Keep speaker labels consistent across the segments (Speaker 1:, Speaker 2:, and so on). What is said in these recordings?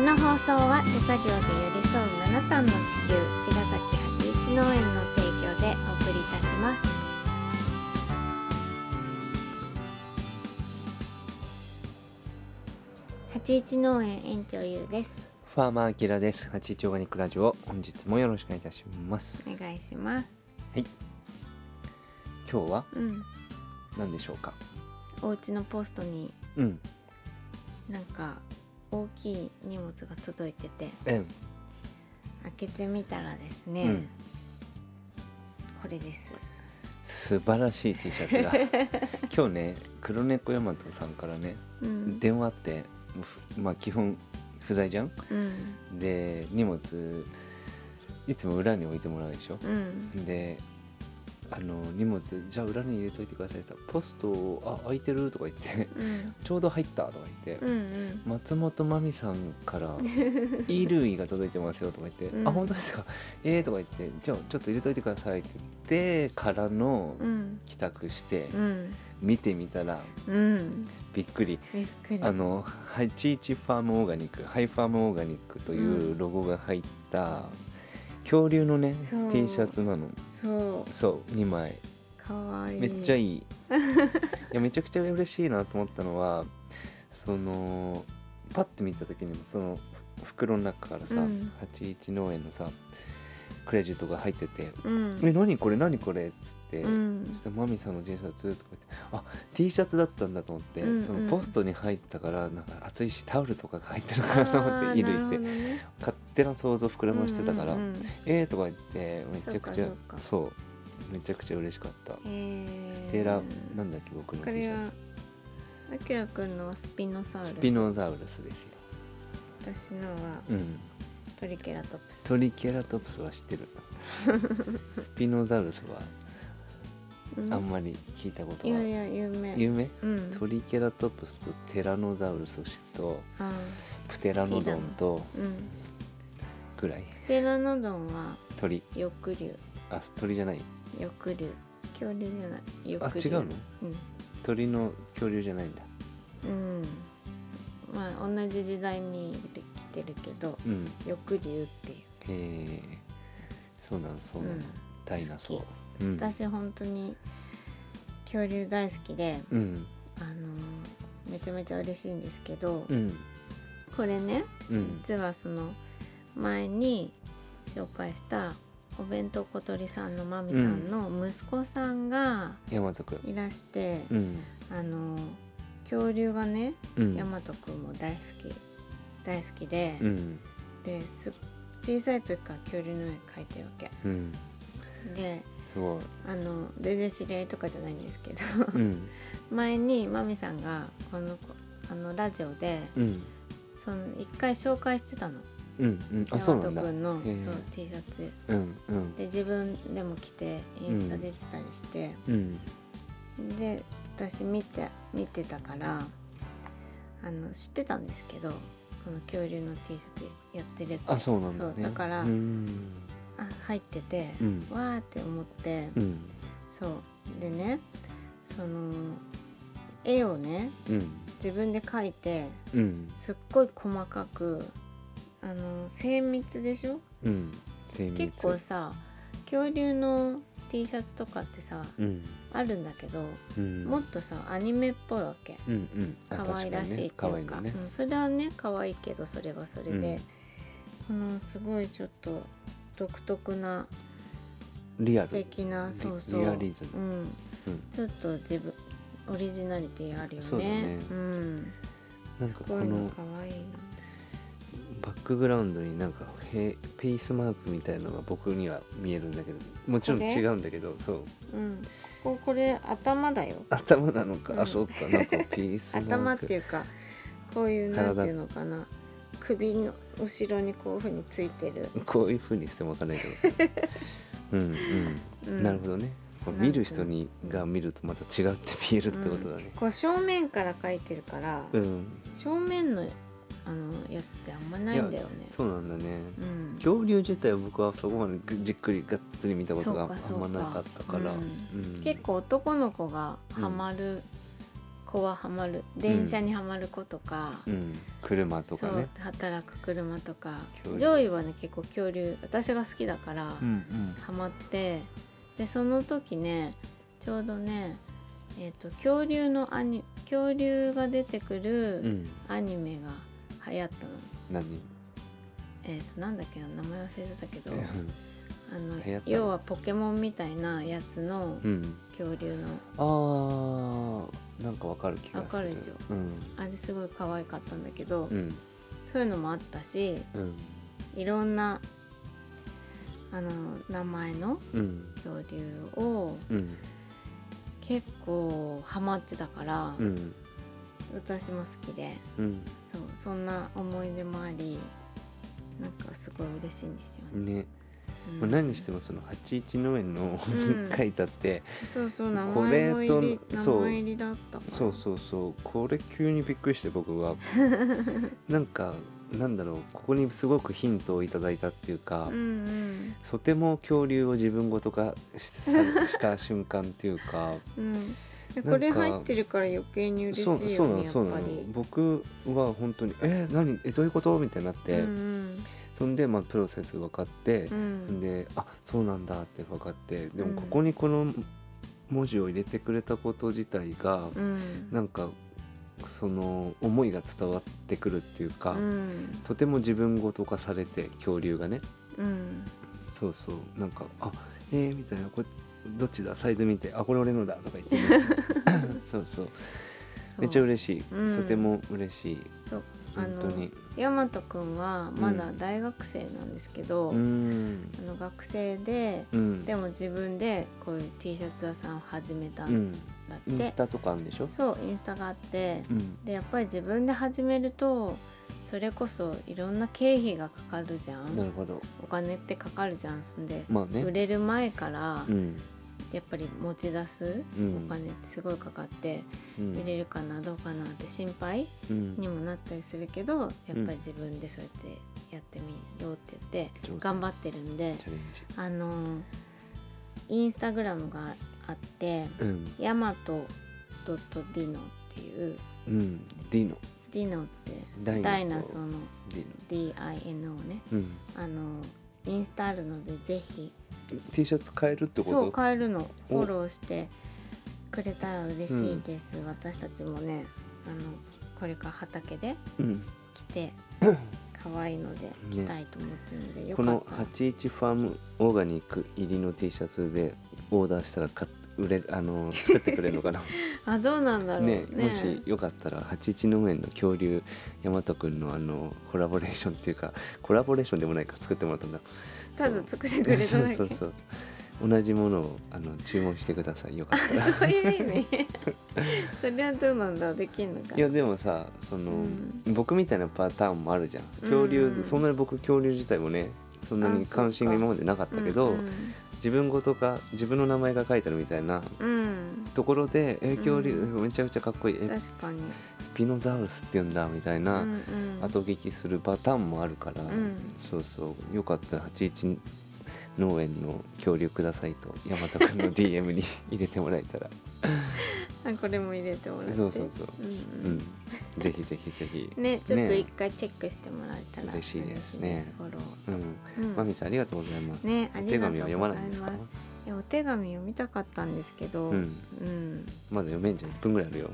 Speaker 1: の放送は手作業で寄り添う7トンの地球茅ヶ崎八一農園の提供でお送りいたします八一農園園長ゆうです
Speaker 2: ファーマーアキラです。八一オーガニックラジオ、本日もよろしくお願いいたします。
Speaker 1: お願いします
Speaker 2: 今日は
Speaker 1: うん
Speaker 2: 何でしょうか。
Speaker 1: お家のポストに
Speaker 2: うん、
Speaker 1: なんか大きい荷物が届いてて
Speaker 2: うん、
Speaker 1: 開けてみたらですね、
Speaker 2: うん
Speaker 1: これです
Speaker 2: 素晴らしい T シャツが。 今日ね、黒猫ヤマトさんからね、
Speaker 1: うん
Speaker 2: 電話あって、もうふまあ基本不在じゃん。
Speaker 1: うん
Speaker 2: で、荷物いつも裏に置いてもらうでしょ。
Speaker 1: うん
Speaker 2: で。あの荷物じゃあ裏に入れといてくださいって言ったらポストあ開いてるとか言って
Speaker 1: うん
Speaker 2: ちょうど入ったとか言って、
Speaker 1: うんうん
Speaker 2: 松本まみさん から「衣類が届いてますよ」とか言って「
Speaker 1: うん
Speaker 2: あ本当ですか ええー」とか言って「じゃあちょっと入れといてください」って言ってからの
Speaker 1: うん
Speaker 2: 帰宅して
Speaker 1: うん
Speaker 2: 見てみたら
Speaker 1: うん
Speaker 2: びっくり
Speaker 1: びっくり
Speaker 2: あの81ファームオーガニックハイファームオーガニックといううロゴが入った恐竜のね
Speaker 1: そう
Speaker 2: T シャツなの
Speaker 1: そ
Speaker 2: そう2枚
Speaker 1: うかわいい
Speaker 2: めっちゃ
Speaker 1: い
Speaker 2: いいいやめちゃくちゃ嬉しいなと思ったのはそのパッて見た時にもそのふ袋の中からさ、
Speaker 1: うん
Speaker 2: 81農園のさクレジットが入ってて
Speaker 1: う
Speaker 2: 「
Speaker 1: ん
Speaker 2: え何これ何これ」っつって、
Speaker 1: うん
Speaker 2: そしたら「マミさんの T シャツ」とか言って「あ T シャツだったんだ」と思って、
Speaker 1: うんうん
Speaker 2: そのポストに入ったからなんか暑いしタオルとかが入ってるかなと思って
Speaker 1: あー
Speaker 2: 衣類っ
Speaker 1: なるほど
Speaker 2: て
Speaker 1: ね
Speaker 2: 勝手な想像膨らましてたから「
Speaker 1: うんうんうん
Speaker 2: えー」とか言ってめちゃくちゃ
Speaker 1: そうか
Speaker 2: そうめちゃくちゃ嬉しかった。
Speaker 1: えー
Speaker 2: ステラなんだっけ僕の
Speaker 1: こ
Speaker 2: T シ
Speaker 1: れ
Speaker 2: ャ
Speaker 1: は
Speaker 2: ツ
Speaker 1: あきらくんのはスピノサウルス
Speaker 2: スピノザウルスですよ、
Speaker 1: 私のは
Speaker 2: うん、
Speaker 1: トリケラトプス
Speaker 2: トリケラトプスは 知ってるスピノザウルスは
Speaker 1: うん
Speaker 2: あんまり聞いたこと
Speaker 1: い
Speaker 2: は
Speaker 1: やいや有名
Speaker 2: 有名
Speaker 1: うん
Speaker 2: トリケラトプスとテラノザウルスを知ると
Speaker 1: あ
Speaker 2: プテラノドンと
Speaker 1: ーうん
Speaker 2: ぐらい
Speaker 1: ステラノドンは
Speaker 2: 鳥
Speaker 1: 翼竜
Speaker 2: あ鳥じゃない
Speaker 1: 翼竜恐竜じゃない
Speaker 2: あ
Speaker 1: 翼
Speaker 2: 違う
Speaker 1: 竜
Speaker 2: の鳥の恐竜じゃないんだ
Speaker 1: うん、うん、まあ同じ時代に来てるけど
Speaker 2: うん
Speaker 1: 翼竜っていう、
Speaker 2: へえそうなのそうなの、
Speaker 1: うん
Speaker 2: ダイナソ
Speaker 1: 好
Speaker 2: ーうん
Speaker 1: 私本当に恐竜大好きで、
Speaker 2: うん
Speaker 1: あのーめちゃめちゃ嬉しいんですけど、
Speaker 2: うん
Speaker 1: これね
Speaker 2: うん
Speaker 1: 実はその前に紹介したお弁当小鳥さんのまみさんの息子さんが
Speaker 2: ヤマトくん
Speaker 1: いらして、
Speaker 2: うん
Speaker 1: あの恐竜がね
Speaker 2: うん
Speaker 1: 大和くんも大好き大好きで、
Speaker 2: うん
Speaker 1: です小さい時から恐竜の絵描いてるわけ
Speaker 2: うん
Speaker 1: です
Speaker 2: ごい
Speaker 1: あの全然知り合いとかじゃないんですけど
Speaker 2: うん
Speaker 1: 前にまみさんがこの子あのラジオで
Speaker 2: うん
Speaker 1: その一回紹介してたの
Speaker 2: うんうんあ
Speaker 1: 大
Speaker 2: そう
Speaker 1: 和
Speaker 2: なんだ
Speaker 1: くんの
Speaker 2: へえ
Speaker 1: そう T シャツ
Speaker 2: うんうん
Speaker 1: で自分でも着てインスタ出てたりして、
Speaker 2: うん
Speaker 1: で私見て見てたからあの知ってたんですけどこの恐竜の T シャツやってるって
Speaker 2: あそうなんだ
Speaker 1: そう
Speaker 2: ね
Speaker 1: だから、
Speaker 2: うん
Speaker 1: あ入ってて、
Speaker 2: うん
Speaker 1: わーって思って、
Speaker 2: うん
Speaker 1: そうでねその絵をね
Speaker 2: うん
Speaker 1: 自分で描いて
Speaker 2: うん
Speaker 1: すっごい細かくあの精密でしょ
Speaker 2: うん精密
Speaker 1: 結構さ恐竜の T シャツとかってさ
Speaker 2: うん
Speaker 1: あるんだけど、
Speaker 2: うん
Speaker 1: もっとさアニメっぽいわけ
Speaker 2: うんうんあ
Speaker 1: 可愛らしいって
Speaker 2: 確
Speaker 1: いう
Speaker 2: かにね可愛い
Speaker 1: か
Speaker 2: のね
Speaker 1: うん、それはね可愛いけどそれはそれで、このすごいちょっと独特な
Speaker 2: リア
Speaker 1: 素
Speaker 2: ル
Speaker 1: 敵な
Speaker 2: リ
Speaker 1: そうそう
Speaker 2: リアリズ
Speaker 1: う
Speaker 2: ム
Speaker 1: ん
Speaker 2: うん
Speaker 1: ちょっと自分オリジナリティあるよね
Speaker 2: そうだね
Speaker 1: ん、
Speaker 2: なんか
Speaker 1: す
Speaker 2: こ
Speaker 1: ごいの
Speaker 2: の
Speaker 1: 可愛いな
Speaker 2: バックグラウンドになんかへペースマークみたいなのが僕には見えるんだけどもちろん
Speaker 1: これ
Speaker 2: 違うんだけどそう
Speaker 1: うんこここれ頭だよ
Speaker 2: 頭なの
Speaker 1: うん
Speaker 2: かあそうかなんかピースマーク
Speaker 1: 頭っていうかこういうな
Speaker 2: 体
Speaker 1: んていうのかな首の後ろにこういうふうについてる、
Speaker 2: こういうふうにしてもわかんないけ どうんうん
Speaker 1: うん、
Speaker 2: なるほどねこう
Speaker 1: なん
Speaker 2: 見
Speaker 1: と
Speaker 2: る人にが見るとまた違うって見えるってことだ
Speaker 1: うん
Speaker 2: ね
Speaker 1: こう正面から描いてるから、
Speaker 2: うん、
Speaker 1: 正面のあのやつってあんまないんだよね
Speaker 2: そうなんだね
Speaker 1: うん
Speaker 2: 恐竜自体は僕はそこまでじっくりがっつり見たことが
Speaker 1: そうか
Speaker 2: あんまなかった
Speaker 1: そ
Speaker 2: から
Speaker 1: うか
Speaker 2: うん
Speaker 1: 結構男の子がハマる、子はハマる電車にはまる子とか、
Speaker 2: うん、車と
Speaker 1: そ
Speaker 2: か
Speaker 1: う
Speaker 2: ね
Speaker 1: 働く車とか
Speaker 2: 恐竜
Speaker 1: 上位はね結構恐竜私が好きだから、
Speaker 2: うんうん
Speaker 1: ハマってでその時ねちょうどね、えー、と恐竜のアニ恐竜が出てく
Speaker 2: う
Speaker 1: る
Speaker 2: ん
Speaker 1: アニメが流行ったの、
Speaker 2: 何
Speaker 1: えっ、となんだっけな名前忘れてたけどあ
Speaker 2: 流行
Speaker 1: の
Speaker 2: ったの
Speaker 1: 要はポケモンみたいなやつの
Speaker 2: うん
Speaker 1: 恐竜の
Speaker 2: あーなんかわかる気がする
Speaker 1: わかるでしょ
Speaker 2: うん
Speaker 1: あれすごい可愛かったんだけど、
Speaker 2: うん
Speaker 1: そういうのもあったし
Speaker 2: うん
Speaker 1: いろんなあの名前の
Speaker 2: うん
Speaker 1: 恐竜を
Speaker 2: うん
Speaker 1: 結構ハマってたから、
Speaker 2: うん
Speaker 1: 私も好きで
Speaker 2: うん
Speaker 1: そうそんな思い出もありなんかすごい嬉しいんですよね。
Speaker 2: ね、
Speaker 1: う
Speaker 2: もうん何してもその八一農園の
Speaker 1: うん
Speaker 2: 書いたって、
Speaker 1: そうそう名
Speaker 2: これ
Speaker 1: 前
Speaker 2: と
Speaker 1: も入り名
Speaker 2: そう
Speaker 1: 前入りだったから
Speaker 2: そうそうそうこれ急にびっくりして僕 はなんかなんだろうここにすごくヒントをいただいたっていうか、
Speaker 1: うんうん
Speaker 2: とても恐竜を自分ごと化 しさした瞬間っていうか
Speaker 1: うんで
Speaker 2: か
Speaker 1: これ入ってるから余計に嬉しいよ
Speaker 2: そうそうなの
Speaker 1: ねや
Speaker 2: そう
Speaker 1: っ
Speaker 2: な
Speaker 1: ぱ
Speaker 2: の
Speaker 1: り。
Speaker 2: 僕は本当に「え何えどういうこと?」みたいになって、
Speaker 1: うん
Speaker 2: そんで、まあ、プロセス分かって
Speaker 1: う、ん
Speaker 2: であそうなんだって分かってで
Speaker 1: うん
Speaker 2: もここにこの文字を入れてくれたこと自体が、
Speaker 1: うん
Speaker 2: なんかその思いが伝わってくるっていうか、
Speaker 1: うん
Speaker 2: とても自分ごと化されて恐竜がね
Speaker 1: うん
Speaker 2: そうそうなんか「あえー」みたいなこれどっちだサイズ見て「あこれ俺のだ」とか言 ってね、そうそうめっちゃ嬉しい、
Speaker 1: うん
Speaker 2: とても嬉しい
Speaker 1: そうあ
Speaker 2: 本当
Speaker 1: の
Speaker 2: に
Speaker 1: 大和くんはまだ大学生なんですけど、
Speaker 2: うん
Speaker 1: あの学生で
Speaker 2: うん
Speaker 1: でも自分でこういう T シャツ屋さんを始めた
Speaker 2: うんん
Speaker 1: だっ
Speaker 2: イン
Speaker 1: て
Speaker 2: ス、タとかあるんでしょ
Speaker 1: そうインスタがあって、
Speaker 2: うん
Speaker 1: でやっぱり自分で始めるとそれこそいろんな経費がかかるじゃ
Speaker 2: なんるほど
Speaker 1: お金ってかかるじゃんそんで、
Speaker 2: まあ
Speaker 1: 売
Speaker 2: ね
Speaker 1: れる前から
Speaker 2: うん
Speaker 1: やっぱり持ち出す
Speaker 2: うん
Speaker 1: お金ってすごいかかって、
Speaker 2: うん
Speaker 1: 売れるかなどうかなって心配
Speaker 2: うん
Speaker 1: にもなったりするけどやっぱり自分でそうやってやってみようって言って
Speaker 2: 上手
Speaker 1: 頑張ってるんで
Speaker 2: チャレンジ
Speaker 1: あのーインスタグラムがあって
Speaker 2: うん
Speaker 1: ヤマトドットディノっていう
Speaker 2: うんディノ
Speaker 1: ディノって
Speaker 2: ダイ
Speaker 1: ダイ
Speaker 2: ナ
Speaker 1: ナ
Speaker 2: ソ
Speaker 1: ソ
Speaker 2: ー
Speaker 1: ーの
Speaker 2: ディノ
Speaker 1: DINO ね
Speaker 2: うん
Speaker 1: あのインスタあるのでぜひ
Speaker 2: T シャツ買えるってこ
Speaker 1: そう
Speaker 2: と
Speaker 1: 変えるの
Speaker 2: お
Speaker 1: フォローしてくれたら嬉しいです、私たちもねあのこれから畑で
Speaker 2: うん
Speaker 1: 着て 可愛いので着たいと思ってるので、よ
Speaker 2: こ
Speaker 1: かっ
Speaker 2: の
Speaker 1: たら
Speaker 2: 81ファームオーガニック入りの T シャツでオーダーしたら買っ売れるあの作ってくれるのかな
Speaker 1: あどうなんだろう
Speaker 2: ね
Speaker 1: ね
Speaker 2: もしよかったら81農園の恐竜大和くんのあのコラボレーションっていうかコラボレーションでもないか作ってもらったんだ
Speaker 1: ただ作ってくれただけ
Speaker 2: そうそうそう同じものをあの注文してくださいよかったら
Speaker 1: そういう意味それはどうなんだろうできんのか
Speaker 2: いやでもさその、
Speaker 1: うん
Speaker 2: 僕みたいなパターンもあるじゃん恐竜、
Speaker 1: うん
Speaker 2: そんなに僕恐竜自体もねそんなに関心が今までなかったけど、
Speaker 1: うん
Speaker 2: 自分ごとか自分の名前が書いてあるみたいな
Speaker 1: うん、うん
Speaker 2: ところでえー恐竜、
Speaker 1: う
Speaker 2: めちゃくちゃかっこいいえ
Speaker 1: 確かに、
Speaker 2: スピノザウルスって言うんだみたいな、
Speaker 1: うんうん
Speaker 2: 後聞きするパターンもあるから、
Speaker 1: ん
Speaker 2: そうそうよかったら81農園の恐竜くださいと大和くんの DM に入れてもらえたら
Speaker 1: あこれも入れてもらって
Speaker 2: そうそうそう
Speaker 1: うん
Speaker 2: う
Speaker 1: うん
Speaker 2: んぜひぜひぜひ、
Speaker 1: ねちょっと一回チェックしてもらえたら
Speaker 2: 嬉しいですね
Speaker 1: 嬉しいですフォ
Speaker 2: うん
Speaker 1: ロー、うん
Speaker 2: まみさんありがとうございます、
Speaker 1: ねあ
Speaker 2: お
Speaker 1: り
Speaker 2: 手
Speaker 1: がとう
Speaker 2: 紙は読まないんですか
Speaker 1: ございいやお手紙読みたかったんですけど、
Speaker 2: うん
Speaker 1: うん
Speaker 2: まだ読めんじゃん1分ぐらいあるよ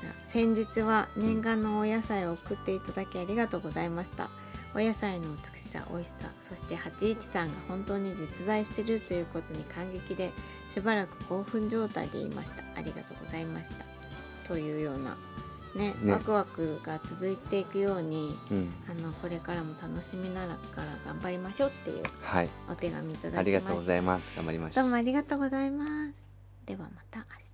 Speaker 1: じゃあ先日は念願のお野菜を送っていただきありがとうございましたお野菜の美しさ美味しさそして81さんが本当に実在しているということに感激でしばらく興奮状態でいましたありがとうございましたというようなね
Speaker 2: ね
Speaker 1: ワクワクが続いていくように
Speaker 2: うん
Speaker 1: あのこれからも楽しみながら頑張りましょうっていう
Speaker 2: はい
Speaker 1: お手紙いただきました
Speaker 2: ありがとうございます頑張りまし
Speaker 1: ど
Speaker 2: た
Speaker 1: うもありがとうございますではまた明日